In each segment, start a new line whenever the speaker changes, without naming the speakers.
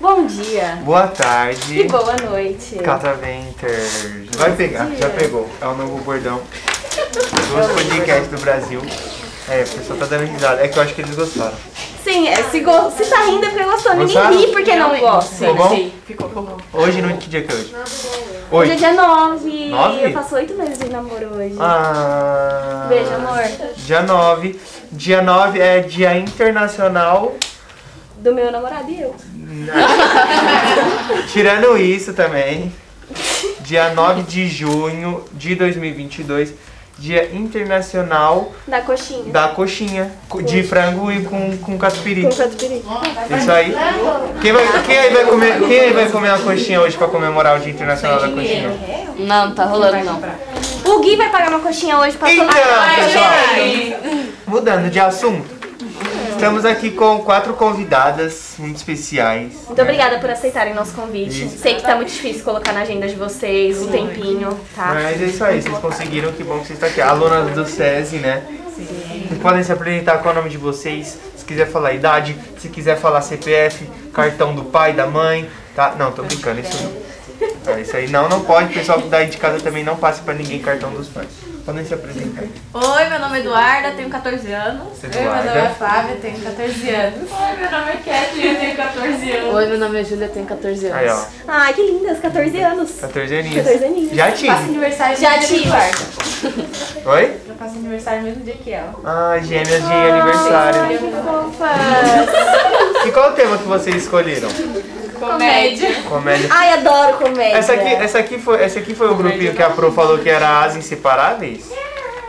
Bom dia
Boa
e
tarde.
boa noite.
Cata Venters. Vai pegar, já pegou. É o novo bordão dos podcasts do Brasil. É, o pessoal tá dando risada. É que eu acho que eles gostaram.
Sim, é, se, go... se tá rindo é porque gostou.
Gostaram?
Ninguém ri porque não gosta.
Ficou bom? Hoje, no que dia que é hoje?
Hoje é
Oito.
dia 9.
Nove?
Eu faço 8 meses de namoro hoje.
Ah,
Beijo, amor.
Dia 9. Dia 9 é dia internacional.
Do meu namorado e eu.
Tirando isso também. Dia 9 de junho de 2022. Dia internacional
Da coxinha.
da coxinha co- de frango e com, com catupiry.
Com catupiry.
Isso aí. Quem, vai, quem, aí vai comer, quem aí vai comer uma coxinha hoje pra comemorar o Dia Internacional da Coxinha?
Não, não tá rolando não.
O Gui vai pagar uma coxinha hoje pra
Então,
todo
pessoal, mudando de assunto, estamos aqui com quatro convidadas muito especiais.
Muito obrigada por aceitarem nosso convite.
Isso.
Sei que tá muito difícil colocar na agenda de vocês um tempinho, tá?
Mas é isso aí, vocês conseguiram, que bom que vocês estão aqui. Alunas do SESI, né? Vocês podem se apresentar com o nome de vocês, se quiser falar a idade, se quiser falar CPF, cartão do pai, da mãe, tá? Não, tô brincando, isso não. Ah, isso aí não, não pode, o pessoal que daí de casa também não passe pra ninguém cartão dos pais. Podem se apresentar.
Oi, meu nome é Eduarda, tenho 14 anos.
Uhum.
Eduarda.
Flávia, tenho 14 anos.
Oi, meu nome é Kathleen, eu tenho 14 anos.
Oi, meu nome é Júlia, tenho 14 anos.
Aí, ó,
Ai, que lindas, 14 anos.
14 aninhos.
14 aninhos.
Já tive.
aniversário
Já
no dia
tive.
do Eduardo.
Oi?
Eu faço aniversário no mesmo dia que ela.
Ah, gêmeas de aniversário.
que fofa.
E qual o tema que vocês escolheram?
Comédia.
Comédia.
Ai, adoro comédia.
Essa aqui, essa aqui foi, esse aqui foi o grupinho que a Pro falou que era as inseparáveis?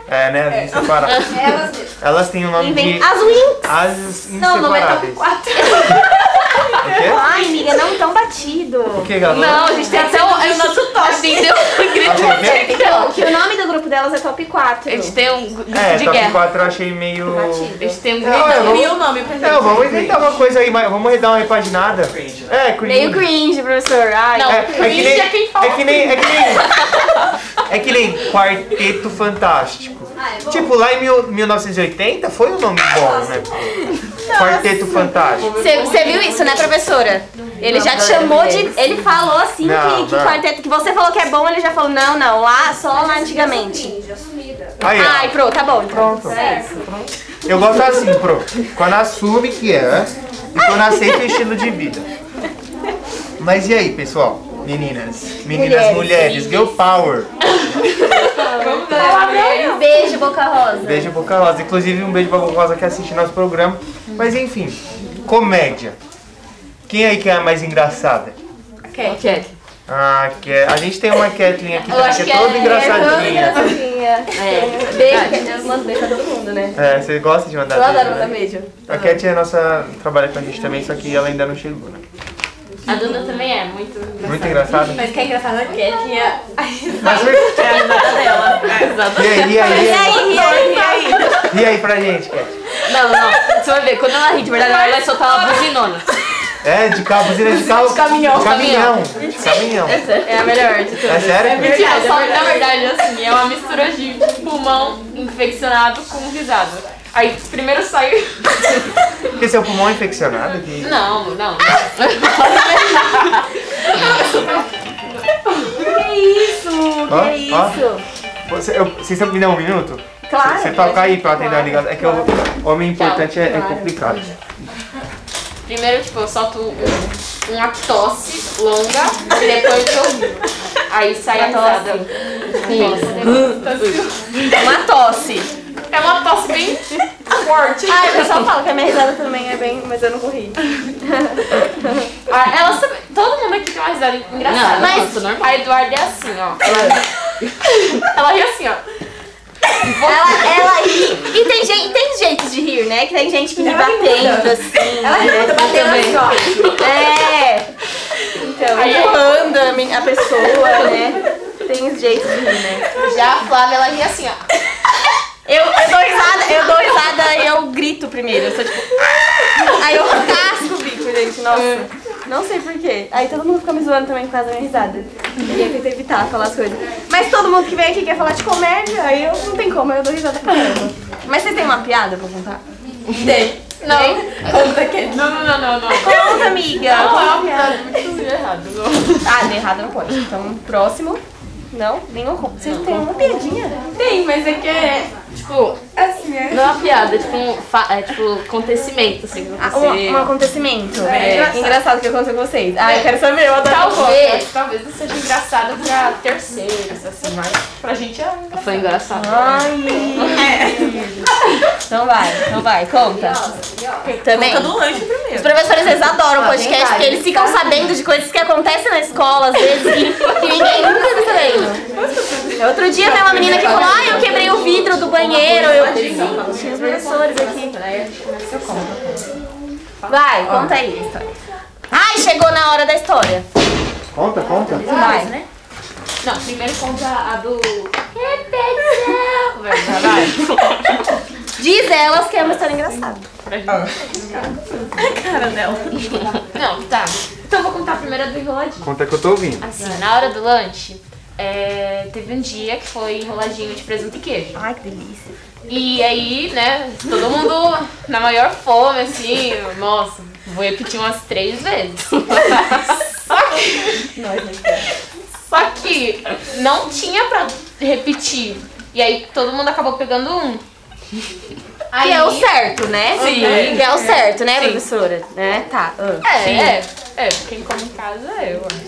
É, né? As inseparáveis.
É.
Elas têm o nome
Inven-
de
As Win.
as
Não, não é tão
inseparáveis.
quatro.
O quê?
Ai, amiga, não tão batido.
O que, galera?
Não, a gente tem até o, é o nosso top. A gente tem um grito de guerra.
Que o nome do grupo delas é Top 4.
A gente tem um grito
É,
de
top
guerra.
4 eu achei meio.
A gente tem um grito.
Não, eu
E
vou-
o nome pra gente.
não, vamos inventar uma coisa aí, mas vamos dar uma repaginada. É, cringe.
Meio cringe, professor. Ai,
tá Não.
É, é que nem,
é quem fala
é que nem, é que nem, é que nem Quarteto Fantástico.
Ah, é
tipo, lá em mil- 1980 foi um nome bom, né? pô? Quarteto Fantástico.
Você viu isso, né, professora? Ele já te chamou de. Ele falou assim
Não,
que, que
não.
quarteto. Que você falou que é bom, ele já falou, não, não, lá só lá antigamente.
Aí, ó.
Ai, pronto, tá bom. então.
Pronto. Eu gosto assim, pro. Quando assume que é e quando aceita o estilo de vida. Mas e aí, pessoal? Meninas, meninas, mulheres,
Mulheres.
girl power.
Vamos dar
Um Beijo, Boca Rosa.
Beijo Boca Rosa. Inclusive, um beijo pra Boca Rosa que assiste nosso programa. Mas enfim, comédia. Quem aí que é a mais engraçada?
Kelly.
Ah, que é... a gente tem uma Kathleen aqui
acho
também, que é
que
toda
é-
engraçadinha.
É, beijo, eu mando beijo pra todo mundo, né?
É, você gosta de mandar
Eu adoro
beijo,
mandar
né?
beijo.
A Cat é nossa. trabalha com a gente também, só que ela ainda não chegou, né?
A Duda também é muito engraçada.
Muito engraçado.
Mas que é engraçado é que ela tinha
Mas por-
a risada dela.
E aí, e aí,
E aí, e aí?
e aí pra gente, Cat?
Não, não, não. Você vai ver, quando ela ri de verdade, ela vai soltar uma buzinona.
É, de carro, buzina de carro.
caminhão.
De caminhão. De caminhão.
É a melhor de
É
tudo.
sério?
Tipo, só, na verdade, assim, é uma mistura de pulmão infeccionado com risada. Aí primeiro saiu.
Porque seu pulmão é infeccionado? Que...
Não, não.
Que isso?
Ó,
Que é isso?
Você, eu, vocês estão me dando um minuto?
Claro.
Você toca aí pra eu atender a ligação. É que eu, homem importante é, é
Claro.
complicado.
Primeiro, tipo, eu solto um- uma tosse longa e depois eu rio. Aí sai a risada.
Uma tosse.
É uma tosse bem.
Ai, o pessoal fala que a minha risada também é bem, mas eu não corri.
Ah, Ela sabe- Todo mundo aqui tem uma risada engraçada. mas a Eduarda é assim, ó.
É.
Ela, ela ri assim, ó.
Ela, ela ri. E tem, gente, tem jeitos de rir, né? Que tem gente que me batendo assim. Ela
Tá batendo assim, ó.
É. Então,
Aí-
empurrando a men- a pessoa, né? Tem os jeitos de rir, né?
Já a Flávia, ela ri assim, ó.
Eu, eu dou risada, eu dou risada e eu grito primeiro. Eu sou tipo. "Ah!" Aí eu casco o bico, gente. Nossa. Não sei porquê. Aí todo mundo fica me zoando também por causa da minha risada. E eu tento evitar falar as coisas. Mas todo mundo que vem aqui quer falar de comédia, aí eu não tem como, eu dou risada pra caramba. Mas vocês têm uma piada pra contar?
Tem.
Não.
Conta que
Não, não, não, não, não.
Conta, amiga!
Não,
Conta
é
uma
uma
piada.
piada muito errada. não.
Ah, de errado não pode. Então, próximo. Não, nenhum. Vocês não têm uma piadinha?
tem, mas é que é
Tipo,
assim, é.
não é uma piada, é tipo, um fa- é tipo um acontecimento, assim, que
Ah, Um, um
aconteceu.
acontecimento.
É,
engraçado. engraçado que aconteceu com vocês. Ah, eu quero saber, eu adoro fofoca.
Talvez, talvez não seja engraçado pra terceiros, assim, mas pra gente é engraçado. Foi engraçado.
Ai. É. Então vai, então vai, conta. Também.
Conta do lanche
Os
primeiro.
professores, eles adoram o podcast, porque eles ficam sabendo de coisas que acontecem na escola, às vezes, que, que ninguém nunca tá sabendo. Outro dia veio uma menina que falou, ah, eu quebrei o vidro do banheiro, eu... Gente, os professores aqui. Vai, conta aí a história. Ai, chegou na hora da história.
Conta, conta.
Vai, né?
Não, primeiro conta a do. Repetição! Vai, vai, vai.
Diz elas que é uma história engraçada.
Cara dela.
Não, tá. Então eu vou contar a primeira do enroladinho.
Conta que eu tô ouvindo.
Assim, na hora do lanche, é, teve um dia que foi enroladinho de presunto e queijo.
Ai, que delícia.
E aí, né, todo mundo na maior fome, assim, nossa, vou repetir umas três vezes. Só que. Só que não tinha pra repetir. E aí todo mundo acabou pegando um. Aí
Que é o certo, né?
Então, Sim.
Que é o certo, né, professora? Né? Tá. ah.
É, é, é, quem come em casa é eu, né?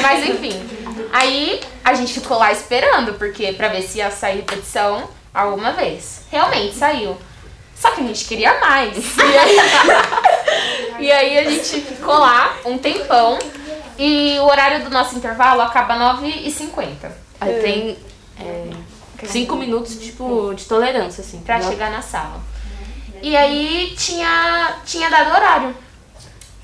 Mas enfim, aí a gente ficou lá esperando, porque pra ver se ia sair repetição alguma vez. Realmente saiu. Só que a gente queria mais. E aí, e aí a gente ficou lá um tempão e o horário do nosso intervalo acaba 9h50.
Aí tem é, cinco minutos tipo, de tolerância, assim.
pra
entendeu?
chegar na sala. E aí tinha, tinha dado horário.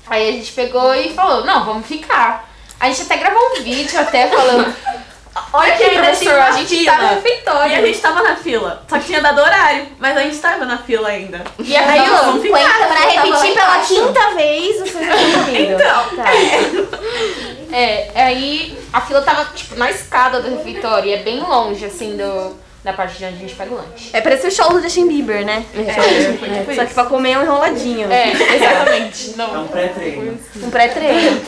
Aí a gente pegou e falou, não, vamos ficar. A gente até gravou um vídeo até falando. Olha que
Porque ainda
professor,
tinha
a
uma
gente
fila.
tá no
E a
refeitório.
gente tava na fila. Só que tinha dado horário, mas a gente tava na fila ainda.
E aí
Não,
eu
vamos ficar.
Aguenta pra
eu tava lá
repetir pela
embaixo.
quinta vez, vocês não estão ouvindo.
Então.
Tá.
É, aí a fila tava, tipo, na escada do refeitório. E é bem longe, assim, do, da parte de onde a gente pega o lanche.
É parece o show do Justin Bieber, né?
Foi tipo
Só que
isso.
pra comer é um enroladinho.
É, exatamente. Não.
pré-treino.
Um pré-treino.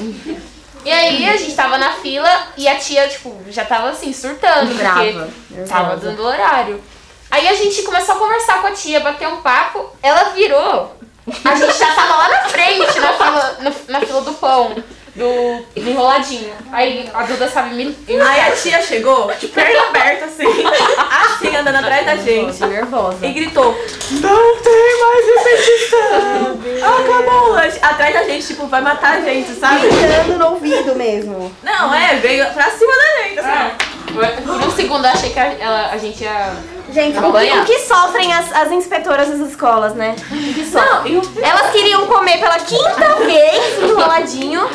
E aí a gente tava na fila e a tia, tipo, já tava assim, surtando.
Brava.
Porque tava dando horário. Aí a gente começou a conversar com a tia, bater um papo, ela virou. A gente já tava lá na frente, na fila, no- na fila do pão, do, do enroladinho. Aí a Duda sabe me. me-
Aí a tia chegou, de perna aberta assim, assim, andando atrás da gente.
nervosa.
E gritou,
Não tem mais repetição.
acabou o lanche. Atrás da gente, tipo, vai matar a gente, sabe?
Gritando no ouvido mesmo.
Não, é, veio pra cima da gente, assim.
Por um segundo eu achei que a, ela- a gente ia.
Gente, o que,
Acompanhar.
o que sofrem as, as inspetoras das escolas, né? O que sofrem?
Não, e o
Elas queriam comer pela quinta vez um enroladinho.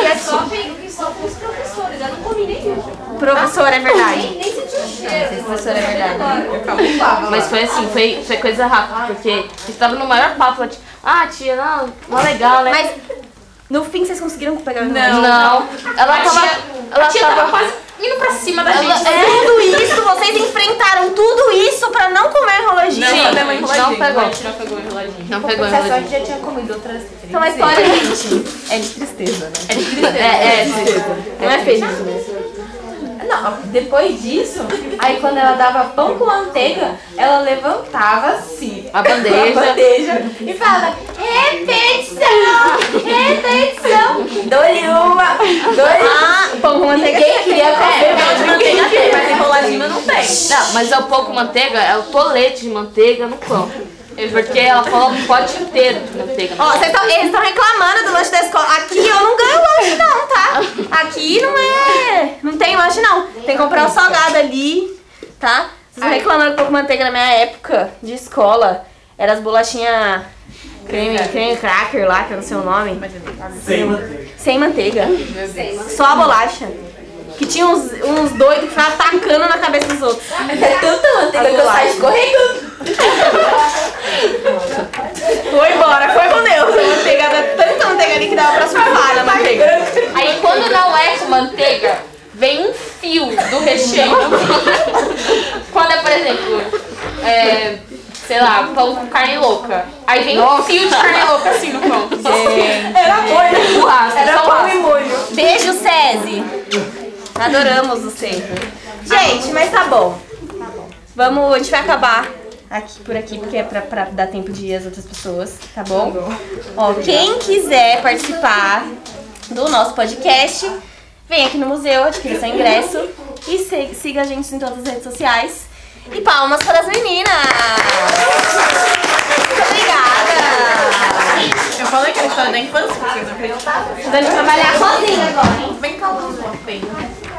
E assim, a tia-
Só com os professores, eu não comi nenhum.
professora, é verdade.
Nem senti o cheiro.
Professora, é verdade.
Mas foi assim, foi, foi coisa rápida, porque a gente tava no maior papo, ela, tipo, ah, tia, não, mó legal, né?
Mas no fim vocês conseguiram pegar o enroladinho?
não, ela
A
tava.
tia,
ela
a tia tava
tava.
quase indo pra cima da
Ela-
gente.
Tudo isso, vocês enfrentaram tudo isso pra não comer enroladinho.
Não,
Sim,
ela
a
é
gente não
enroladinha.
pegou.
não pegou o enroladinho.
Não pegou enroladinho.
já tinha comido outras
Então a história, gente,
né?
É, é,
não é feliz mesmo.
Não, depois disso, aí quando ela dava pão com manteiga, ela levantava assim.
a
A
bandeja.
bandeja e falava repetição, repetição, dou-lhe uma, dou-lhe
Ah, pão com manteiga.
Ninguém queria comer,
pão de manteiga tem, mas enroladinho não tem.
Não, mas é o pão com manteiga, é o tolete de manteiga no pão. Porque ela coloca um pote inteiro de manteiga.
Ó, vocês tão- eles estão reclamando do lanche da escola. Aqui eu não ganho lanche não, tá? Aqui não é... Não tem lanche não. Tem que comprar um salgado ali, tá? Vocês estão reclamando que pão com manteiga na minha época de escola. Era as bolachinhas creme, creme cracker lá, que eu não sei o nome.
Sem manteiga.
Sem manteiga. Só a bolacha. Que tinha uns, uns doidos que ficavam atacando na cabeça dos outros.
tanta manteiga que eu saí escorrendo.
Foi embora, foi com Deus. A manteiga era tanta manteiga ali que dava pra surfar na manteiga.
Aí quando não é com manteiga, vem um fio do recheio. quando é, por exemplo, é, sei lá, pão com carne louca. Aí vem um fio de carne louca assim no pão.
Era
um
bolha.
Churrasco,
Era
só
pão e
lá.
molho.
Beijo, Cési. Adoramos você. Gente, mas tá bom. Vamos, a gente vai acabar aqui por aqui, porque é pra, pra dar tempo de ir às outras pessoas, tá bom? Ó, quem quiser participar do nosso podcast, vem aqui no museu, adquira seu ingresso e se- siga a gente em todas as redes sociais. E palmas para as meninas! Muito obrigada!
Eu falei assim, aquela história da infância, vocês não acreditam.
Tô indo trabalhar sozinha agora, hein?
Vem cá, Luz, ó, feio.